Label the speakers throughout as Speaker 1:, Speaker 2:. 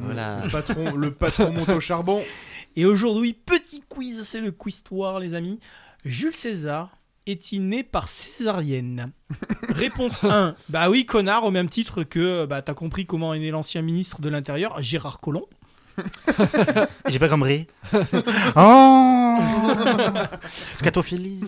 Speaker 1: Voilà.
Speaker 2: Le patron, le patron monte au charbon.
Speaker 3: Et aujourd'hui, petit quiz, c'est le quiz-toire, les amis. Jules César est-il né par césarienne Réponse 1. Bah oui, connard, au même titre que bah, t'as compris comment est né l'ancien ministre de l'Intérieur, Gérard Collomb.
Speaker 1: J'ai pas compris. Oh Scatophilie.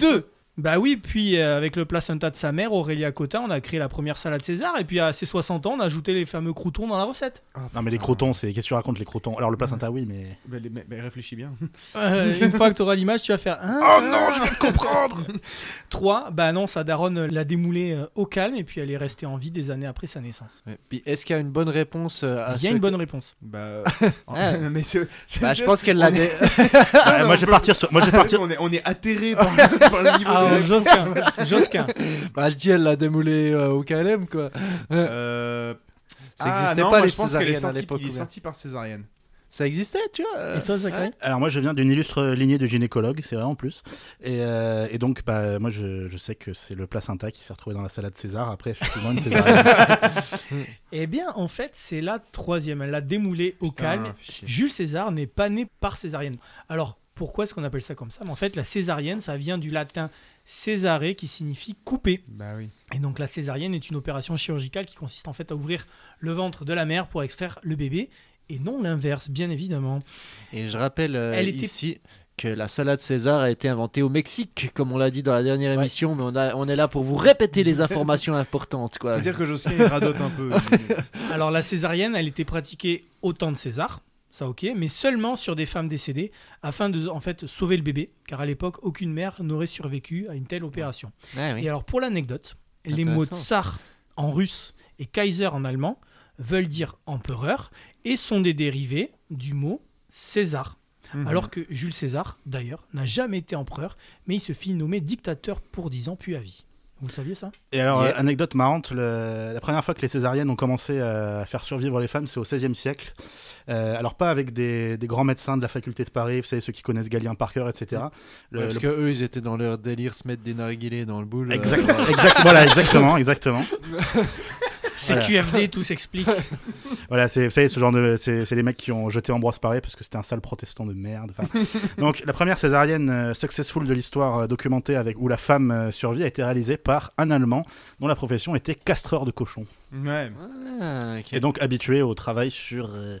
Speaker 3: 2. Bah oui, puis euh, avec le placenta de sa mère, Aurélia Cotin, on a créé la première salade César, et puis à ses 60 ans, on a ajouté les fameux croutons dans la recette.
Speaker 1: Non, mais les crotons, c'est. Qu'est-ce que tu racontes, les crotons Alors, le placenta, oui, mais.
Speaker 2: Bah, les- mais- mais réfléchis bien.
Speaker 3: Euh, une fois que t'auras l'image, tu vas faire... Hein
Speaker 1: Oh non, je vais le comprendre
Speaker 3: 3. Bah non, sa daronne euh, l'a démoulé euh, au calme, et puis elle est restée en vie des années après sa naissance.
Speaker 4: Ouais. Puis est-ce qu'il y a une bonne réponse euh, à
Speaker 3: Il y
Speaker 4: ce
Speaker 3: a une
Speaker 4: que-
Speaker 3: bonne réponse.
Speaker 2: Bah,
Speaker 4: Ah.
Speaker 2: mais c'est, c'est
Speaker 4: Bah, je pense qu'elle
Speaker 2: On
Speaker 4: l'a.
Speaker 2: est-
Speaker 4: dé-
Speaker 2: Ça,
Speaker 1: Ah,
Speaker 2: on
Speaker 1: Moi, je vais
Speaker 2: peut-
Speaker 1: partir sur. Moi, je vais partir.
Speaker 2: On est, on est atterré par, par le niveau de la-
Speaker 3: Ah, Josquin, Josquin.
Speaker 4: bah, je dis, elle l'a démoulé euh, au KLM, quoi.
Speaker 2: Euh,
Speaker 4: Ça
Speaker 2: ah,
Speaker 4: existait
Speaker 2: non,
Speaker 4: pas,
Speaker 2: moi,
Speaker 4: les
Speaker 2: je pense qu'elle est
Speaker 4: césariennes à
Speaker 2: sortie-
Speaker 4: l'époque.
Speaker 2: Il est
Speaker 4: ou bien.
Speaker 2: sorti par césarienne.
Speaker 4: Ça existait, tu vois. euh.
Speaker 3: Et toi, Zachary
Speaker 1: Alors moi je viens d'une illustre lignée de gynécologues, c'est vrai en plus. Et, euh, et donc bah, moi je, je sais que c'est le placenta qui s'est retrouvé dans la salade César après effectivement une césarienne.
Speaker 3: Eh bien, en fait, c'est la troisième. Elle l'a démoulée au
Speaker 2: Putain,
Speaker 3: calme.
Speaker 2: fais chier.
Speaker 3: Jules César n'est pas né par césarienne. Alors, pourquoi est-ce qu'on appelle ça comme ça Mais En fait, la césarienne, ça vient du latin césaré qui signifie couper.
Speaker 2: Bah oui.
Speaker 3: Et donc, la césarienne est une opération chirurgicale qui consiste en fait à ouvrir le ventre de la mère pour extraire le bébé. Et non l'inverse, bien évidemment.
Speaker 4: Et je rappelle euh,
Speaker 3: Elle était-
Speaker 4: ici que la salade César a été inventée au Mexique, comme on l'a dit dans la dernière émission, mais on, a- on est là pour vous répéter les informations importantes, quoi.
Speaker 2: Faut dire que Josquin il radote un peu. euh,
Speaker 3: Alors, la césarienne, elle était pratiquée au temps de César, ça ok, mais seulement sur des femmes décédées, afin de en fait sauver le bébé, car à l'époque, aucune mère n'aurait survécu à une telle opération.
Speaker 4: Ouais, oui.
Speaker 3: Et alors, pour l'anecdote, les mots
Speaker 4: Intéressant.
Speaker 3: tsar en russe et Kaiser en allemand veulent dire empereur et sont des dérivés du mot César. Alors que Jules César, d'ailleurs, n'a jamais été empereur, mais il se fit nommer dictateur pour 10 ans, puis à vie. Vous le saviez ça
Speaker 1: et alors
Speaker 4: Yeah.
Speaker 1: euh, anecdote marrante, le- la première fois que les césariennes ont commencé euh, à faire survivre les femmes c'est au XVIe siècle. Euh, alors pas avec des, des grands médecins de la faculté de Paris, vous savez ceux qui connaissent Galien Parker etc. Le-
Speaker 4: parce
Speaker 1: le-
Speaker 4: que eux, ils étaient dans leur délire, se mettre des narguilés dans le boule. euh,
Speaker 1: Exact- exact- voilà exactement exactement.
Speaker 3: CQFD, tout s'explique.
Speaker 1: Voilà, c'est, vous savez, ce genre de. C'est, c'est les mecs qui ont jeté Ambroise Paré parce que c'était un sale protestant de merde. Enfin, donc, la première césarienne euh, successful de l'histoire euh, documentée avec où la femme euh, survit a été réalisée par un Allemand dont la profession était castreur de cochons.
Speaker 2: Ouais.
Speaker 4: Ah, ok.
Speaker 1: Et donc habitué au travail sur. euh,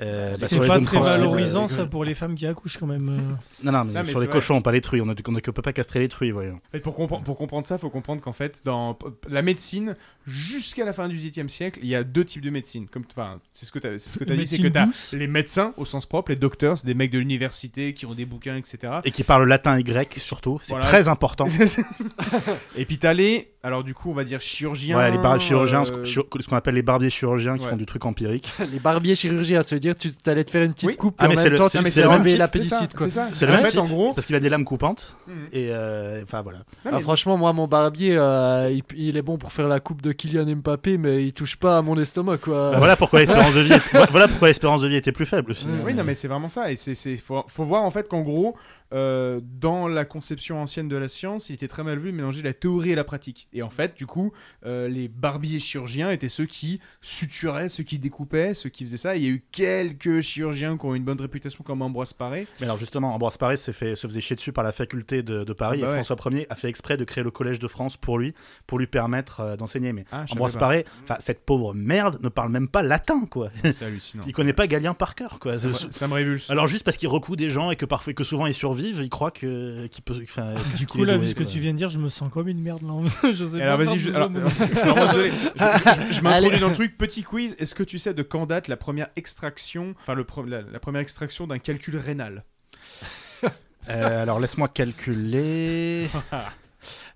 Speaker 1: euh, bah,
Speaker 3: C'est
Speaker 1: sur les
Speaker 3: pas
Speaker 1: zones
Speaker 3: très
Speaker 1: sensibles. euh,
Speaker 3: valorisant, ça, pour les femmes qui accouchent, quand même. euh.
Speaker 1: Non, non, mais,
Speaker 2: Non, mais
Speaker 1: sur
Speaker 2: c'est
Speaker 1: les
Speaker 2: vrai.
Speaker 1: cochons, pas les truies. On ne on ne peut pas castrer les truies, voyons.
Speaker 2: Et pour, compre- pour comprendre ça, faut comprendre qu'en fait, dans p- la médecine, jusqu'à la fin du XVIIIe siècle, il y a deux types de médecine. Comme, enfin, c'est ce que t'as, c'est ce que t'as
Speaker 3: Une
Speaker 2: dit, c'est que
Speaker 3: médecine
Speaker 2: t'as
Speaker 3: douce.
Speaker 2: les médecins au sens propre, les docteurs, c'est des mecs de l'université qui ont des bouquins, etc.
Speaker 1: Et qui parle latin et grec surtout. C'est
Speaker 2: Ah. Voilà.
Speaker 1: très important.
Speaker 2: Et puis t'as les, alors du coup, on va dire chirurgiens.
Speaker 1: Voilà, les barbiers chirurgiens,
Speaker 2: euh,
Speaker 1: ce qu'on- chir- ce qu'on appelle les barbiers chirurgiens qui
Speaker 2: Ouais.
Speaker 1: font du truc empirique.
Speaker 4: les barbiers chirurgiens, à se dire, tu t'allais te faire une petite
Speaker 2: Oui.
Speaker 4: coupe,
Speaker 1: Ah,
Speaker 4: et en
Speaker 1: mais c'est
Speaker 4: même
Speaker 1: le-
Speaker 4: temps,
Speaker 1: c'est-
Speaker 4: tu me
Speaker 1: c'est
Speaker 4: fais
Speaker 1: le même
Speaker 4: enlever
Speaker 1: type,
Speaker 4: la
Speaker 2: c'est ça,
Speaker 4: pédicite, quoi.
Speaker 2: C'est ça.
Speaker 1: C'est le
Speaker 2: en
Speaker 1: même
Speaker 2: fait,
Speaker 1: type.
Speaker 2: en gros.
Speaker 1: Parce qu'il a des lames coupantes.
Speaker 2: Mhm.
Speaker 1: Et euh, enfin voilà.
Speaker 2: Non,
Speaker 4: Ah,
Speaker 2: mais-
Speaker 4: franchement, moi, mon barbier, euh, il, il est bon pour faire la coupe de Kylian Mbappé, mais il touche pas à mon estomac, quoi.
Speaker 1: Bah voilà pourquoi l'espérance de vie, est- vo- voilà pourquoi l'espérance de vie était plus faible. au final.
Speaker 2: Oui, non, mais c'est vraiment ça. Et c'est, c'est- faut, faut voir en fait qu'en gros, euh, dans la conception ancienne de la science, il était très mal vu de mélanger la théorie et la pratique. Et en fait, du coup, euh, les barbiers chirurgiens étaient ceux qui suturaient, ceux qui découpaient, ceux qui faisaient ça. Il y a eu quelques chirurgiens qui ont eu une bonne réputation comme Ambroise Paré.
Speaker 1: Mais alors justement, Ambroise Paré s'est fait, se faisait chier dessus par la faculté de, de Paris
Speaker 2: Ah bah
Speaker 1: et
Speaker 2: ouais.
Speaker 1: François Ier a fait exprès de créer le collège de France pour lui, pour lui permettre euh, d'enseigner. Mais
Speaker 2: Ah, je savais
Speaker 1: Ambroise
Speaker 2: pas.
Speaker 1: Paré, enfin cette pauvre merde ne parle même pas latin quoi.
Speaker 2: C'est hallucinant.
Speaker 1: Il connaît pas Galien par cœur quoi.
Speaker 2: Ça, me- ça me révulse.
Speaker 1: Alors juste parce qu'il recoue des gens et que parfois que souvent ils survivent, il croit que qu'il peut.
Speaker 2: Ah,
Speaker 1: enfin,
Speaker 3: Du
Speaker 1: qu'il
Speaker 3: coup,
Speaker 1: est
Speaker 3: là,
Speaker 1: doué,
Speaker 3: vu ce que
Speaker 1: quoi.
Speaker 3: tu viens de dire, je me sens comme une merde, là. je sais
Speaker 2: Et alors
Speaker 3: pas
Speaker 2: vas-y,
Speaker 3: faire
Speaker 2: je,
Speaker 3: plus
Speaker 2: alors,
Speaker 3: de mots.
Speaker 2: je- je suis vraiment désolé. Je, je- je m'introduis
Speaker 4: Allez.
Speaker 2: dans le truc. Petit quiz. Est-ce que tu sais de quand date la première extraction, enfin le pre- la- la première extraction d'un calcul rénal
Speaker 1: Euh, alors laisse-moi calculer.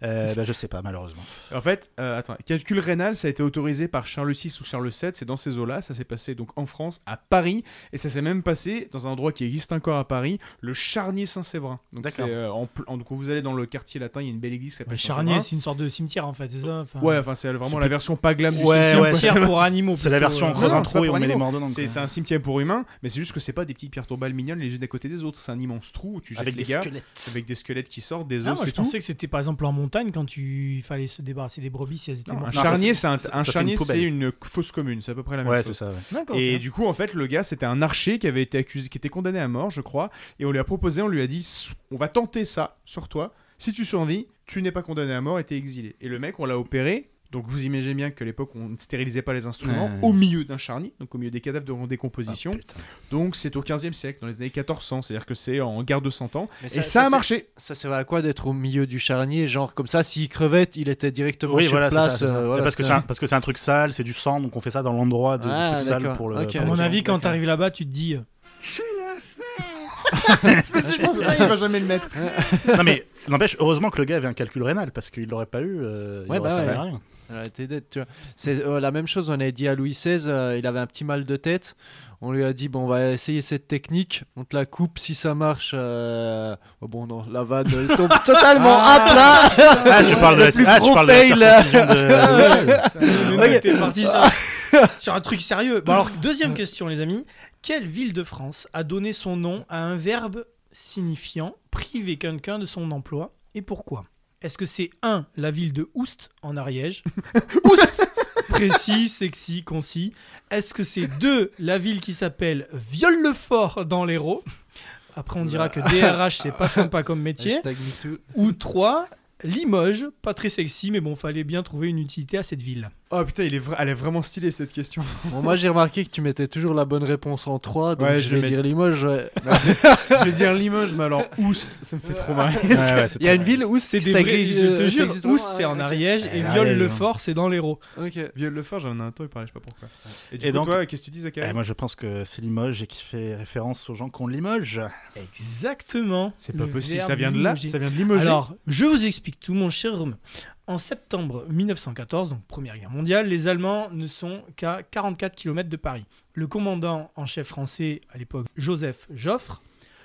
Speaker 1: Euh, bah, je sais pas malheureusement.
Speaker 2: En fait, euh, attends, calcul rénal, ça a été autorisé par Charles VI ou Charles VII, c'est dans ces eaux-là, ça s'est passé donc en France, à Paris, et ça s'est même passé dans un endroit qui existe encore à Paris, le Charnier Saint-Séverin. Donc,
Speaker 1: D'accord.
Speaker 2: c'est, euh, en pl- en- donc, quand vous allez dans le quartier latin, il y a une belle église qui
Speaker 1: bah,
Speaker 2: s'appelle
Speaker 3: Ouais,
Speaker 2: Charnier.
Speaker 3: Charnier, c'est une sorte de cimetière, en fait, c'est ça Enfin,
Speaker 2: Ouais, enfin c'est vraiment
Speaker 1: C'est
Speaker 2: la version pas glam du
Speaker 1: Ouais,
Speaker 2: cimetière.
Speaker 1: ouais,
Speaker 2: quoi.
Speaker 3: cimetière pour animaux.
Speaker 1: C'est la
Speaker 3: plutôt,
Speaker 1: version
Speaker 3: euh.
Speaker 1: on
Speaker 2: non,
Speaker 1: creuse un
Speaker 2: c'est pas
Speaker 1: trou et
Speaker 2: pour
Speaker 1: on met les
Speaker 2: animaux.
Speaker 1: morts dedans.
Speaker 2: C'est
Speaker 1: quoi.
Speaker 2: c'est un cimetière pour humains, mais c'est juste que c'est pas des petites pierres tombales mignonnes les unes à côté des autres, c'est un immense trou où tu jettes
Speaker 1: avec
Speaker 2: les
Speaker 1: des
Speaker 2: gars
Speaker 1: squelettes.
Speaker 2: avec des squelettes qui sortent, des
Speaker 3: Ah,
Speaker 2: os
Speaker 3: moi,
Speaker 2: et
Speaker 3: je
Speaker 2: tout.
Speaker 3: pensais que c'était par exemple exemple, en montagne, quand tu... il fallait se débarrasser des brebis si elles étaient
Speaker 2: Non, un
Speaker 3: mortes.
Speaker 1: ça,
Speaker 2: charnier, c'est un,
Speaker 1: ça,
Speaker 2: un
Speaker 1: ça fait
Speaker 2: charnier,
Speaker 1: une
Speaker 2: c'est
Speaker 1: poubelle.
Speaker 2: une fosse commune, c'est à peu près la même
Speaker 1: Ouais, c'est
Speaker 2: chose.
Speaker 1: ça. ouais.
Speaker 3: D'accord,
Speaker 2: Et
Speaker 3: ok.
Speaker 2: du coup, en fait, le gars, c'était un archer qui avait été accusé, qui était condamné à mort, je crois, et on lui a proposé, on lui a dit, on va tenter ça sur toi. Si tu survis, tu n'es pas condamné à mort et t'es exilé. Et le mec, on l'a opéré. Donc vous imaginez bien qu'à l'époque, on ne stérilisait pas les instruments
Speaker 1: Ouais.
Speaker 2: au milieu d'un charnier, donc au milieu des cadavres de décomposition.
Speaker 1: Ah, putain.
Speaker 2: donc c'est au 15e siècle, dans les années 1400, c'est-à-dire que c'est en guerre de 100 ans.
Speaker 4: Mais
Speaker 2: et ça a
Speaker 4: c'est-
Speaker 2: marché.
Speaker 4: Ça servait à quoi d'être au milieu du charnier Genre comme ça, s'il crevait, il était directement
Speaker 1: Oui,
Speaker 4: sur
Speaker 1: voilà, c'est ça,
Speaker 4: place.
Speaker 1: c'est ça.
Speaker 4: euh, voilà,
Speaker 1: parce, que c'est un, parce que c'est un truc sale, c'est du sang, donc on fait ça dans l'endroit de- du
Speaker 4: Ah,
Speaker 1: truc sale
Speaker 4: d'accord.
Speaker 1: pour le.
Speaker 4: Ok.
Speaker 1: pour
Speaker 3: à
Speaker 1: le
Speaker 3: mon
Speaker 1: sang.
Speaker 3: avis, quand t'arrives là-bas, tu te dis. euh,
Speaker 2: je pense, ah, il va jamais le mettre.
Speaker 1: non, mais n'empêche, heureusement que le gars avait un calcul rénal, parce qu'il l'aurait pas eu, euh, il
Speaker 4: Ouais,
Speaker 1: aurait
Speaker 4: bah
Speaker 1: servi à
Speaker 4: ouais.
Speaker 1: rien.
Speaker 4: Elle était dead, tu vois. C'est euh, la même chose, on avait dit à Louis XVI, euh, il avait un petit mal de tête. On lui a dit, bon, on va essayer cette technique, on te la coupe, si ça marche. euh, oh, bon, non, la vanne, elle tombe totalement à plat.
Speaker 1: Ah, tu parles de la,
Speaker 4: plus
Speaker 1: ah, tu
Speaker 4: gros
Speaker 1: parles de la
Speaker 4: fail, là.
Speaker 1: circoncision de- Ah, de- de-
Speaker 3: Le
Speaker 1: ouais.
Speaker 3: mec, t'es parti sur, un- sur un truc sérieux. Bon, alors, deuxième question, les amis. Quelle ville de France a donné son nom à un verbe signifiant priver quelqu'un de son emploi et pourquoi Est-ce que c'est 1. la ville de Oust en Ariège Oust Précis, sexy, concis. Est-ce que c'est 2. la ville qui s'appelle Viole-le-Fort dans l'Hérault Après, on dira que DRH, c'est pas sympa comme métier.
Speaker 4: Hashtag MeToo.
Speaker 3: Ou 3. Limoges, pas très sexy, mais bon, fallait bien trouver une utilité à cette ville.
Speaker 2: Oh putain, il est vra- elle est vraiment stylée cette question.
Speaker 4: Bon, moi, j'ai remarqué que tu mettais toujours la bonne réponse en 3, donc
Speaker 2: Ouais,
Speaker 4: je
Speaker 2: je
Speaker 4: vais
Speaker 2: mets-
Speaker 4: dire Limoges. ouais.
Speaker 2: je vais dire Limoges, mais alors Oust, ça me fait trop mal.
Speaker 1: Ouais, ouais, c'est
Speaker 4: Il y a
Speaker 1: trop
Speaker 4: une
Speaker 1: bien.
Speaker 4: ville où c'est
Speaker 3: C'est des
Speaker 4: ça
Speaker 3: vrais-
Speaker 4: gris-
Speaker 3: je te
Speaker 4: euh, ça
Speaker 3: jure,
Speaker 4: existe
Speaker 3: Oust,
Speaker 4: vraiment,
Speaker 3: c'est en
Speaker 4: ouais.
Speaker 3: Ariège
Speaker 2: Eh
Speaker 3: et
Speaker 1: Ah,
Speaker 3: Viol
Speaker 1: Ariège,
Speaker 3: le
Speaker 1: hein.
Speaker 3: Fort, c'est dans l'Hérault.
Speaker 4: Ok.
Speaker 2: Viol le fort, j'en ai un temps, il parlait, je sais pas pourquoi. Et du
Speaker 1: Et
Speaker 2: coup,
Speaker 1: donc-
Speaker 2: toi, qu'est-ce que tu dis, Zachary
Speaker 1: Eh, moi, je pense que c'est Limoges et qui fait référence aux gens qui ont Limoges.
Speaker 3: Exactement.
Speaker 2: C'est pas
Speaker 3: Le
Speaker 2: possible,
Speaker 3: verbe
Speaker 2: ça vient de là
Speaker 3: limoger.
Speaker 2: Ça vient de Limoges
Speaker 3: Alors, je vous explique tout, mon cher Romain. En septembre 1914, donc Première Guerre mondiale, les Allemands ne sont qu'à 44 km de Paris. Le commandant en chef français à l'époque, Joseph Joffre,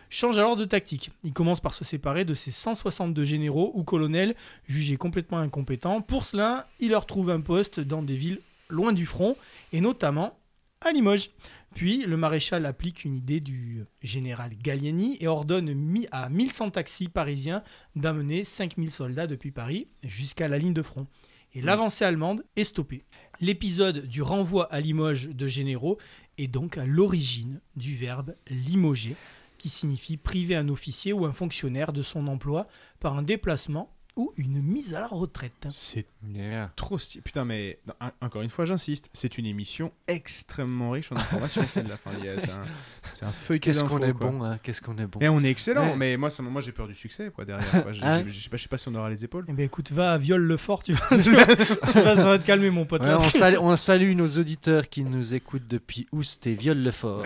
Speaker 3: change alors de tactique. Il commence par se séparer de ses 162 généraux ou colonels jugés complètement incompétents. Pour cela, il leur trouve un poste dans des villes loin du front, et notamment à Limoges. Puis le maréchal applique une idée du général Gallieni et ordonne mi- à 1100 taxis parisiens d'amener 5000 soldats depuis Paris jusqu'à la ligne de front. Et l'avancée allemande est stoppée. L'épisode du renvoi à Limoges de généraux est donc à l'origine du verbe limoger, qui signifie priver un officier ou un fonctionnaire de son emploi par un déplacement ou une mise à la retraite.
Speaker 2: C'est
Speaker 4: Yeah.
Speaker 2: trop stylé. Putain, mais non, un- encore une fois, j'insiste, c'est une émission extrêmement riche en informations, celle-là. Enfin, il y a- c'est un, c'est un feuilleté
Speaker 4: Qu'est-ce qu'on
Speaker 2: d'infos,
Speaker 4: est
Speaker 2: quoi.
Speaker 4: bon, hein, qu'est-ce qu'on est bon.
Speaker 2: Et on est excellent,
Speaker 4: Ouais.
Speaker 2: mais moi, ça, moi j'ai peur du succès quoi, derrière. quoi. J'ai-
Speaker 4: Hein
Speaker 2: j'ai- Je sais pas, je sais pas si on aura les épaules.
Speaker 3: Eh bien écoute, va à Viol le Fort, tu vas, tu vas- tu vas- ça va te calmer mon pote.
Speaker 4: Ouais, on, salue, on salue nos auditeurs qui nous écoutent depuis Oust et Viol-le-Fort.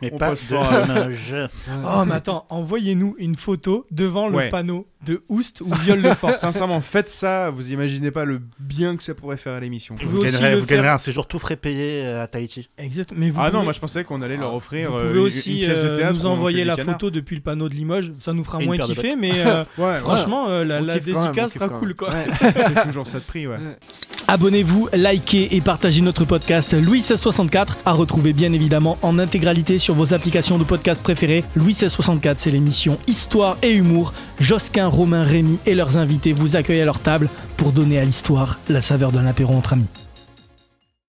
Speaker 1: Mais
Speaker 2: On
Speaker 1: pas
Speaker 2: passe
Speaker 1: de
Speaker 2: fort à-
Speaker 1: Limoges.
Speaker 3: Oh mais attends, envoyez-nous une photo devant le
Speaker 2: Ouais.
Speaker 3: panneau de Oust ou Viol le Fort.
Speaker 2: Sincèrement, faites ça, vous imaginez pas le bien que ça pourrait faire à l'émission. quoi.
Speaker 1: Vous,
Speaker 3: Vous aussi
Speaker 1: gagnerez,
Speaker 3: le
Speaker 1: vous
Speaker 3: faire.
Speaker 1: gagnerez un séjour tout frais payé euh, à Tahiti.
Speaker 3: Exact, mais vous
Speaker 2: Ah non,
Speaker 3: pouvez- Ah.
Speaker 2: moi je pensais qu'on allait leur offrir
Speaker 3: Vous
Speaker 2: euh,
Speaker 3: pouvez
Speaker 2: une-
Speaker 3: aussi
Speaker 2: une pièce
Speaker 3: euh,
Speaker 2: de théâtre.
Speaker 3: nous
Speaker 2: où on
Speaker 3: envoyer
Speaker 2: fait
Speaker 3: la
Speaker 2: des canards.
Speaker 3: photo depuis le panneau de Limoges, ça nous fera
Speaker 1: Et une
Speaker 3: moins
Speaker 1: paire de
Speaker 3: kiffer, mais euh,
Speaker 2: Ouais,
Speaker 3: franchement, euh, la,
Speaker 4: Ah, On
Speaker 3: la
Speaker 4: kiffe quand même, on
Speaker 3: dédicace
Speaker 4: kiffe
Speaker 3: sera
Speaker 4: quand
Speaker 3: cool quoi.
Speaker 4: Ouais.
Speaker 2: voilà, c'est toujours ça de prix, ouais.
Speaker 3: Abonnez-vous, likez et partagez notre podcast Louis 1664 à retrouver bien évidemment en intégralité sur vos applications de podcast préférées. Louis 1664, c'est l'émission Histoire et Humour. Josquin, Romain, Rémy et leurs invités vous accueillent à leur table pour donner à l'histoire la saveur d'un apéro entre amis.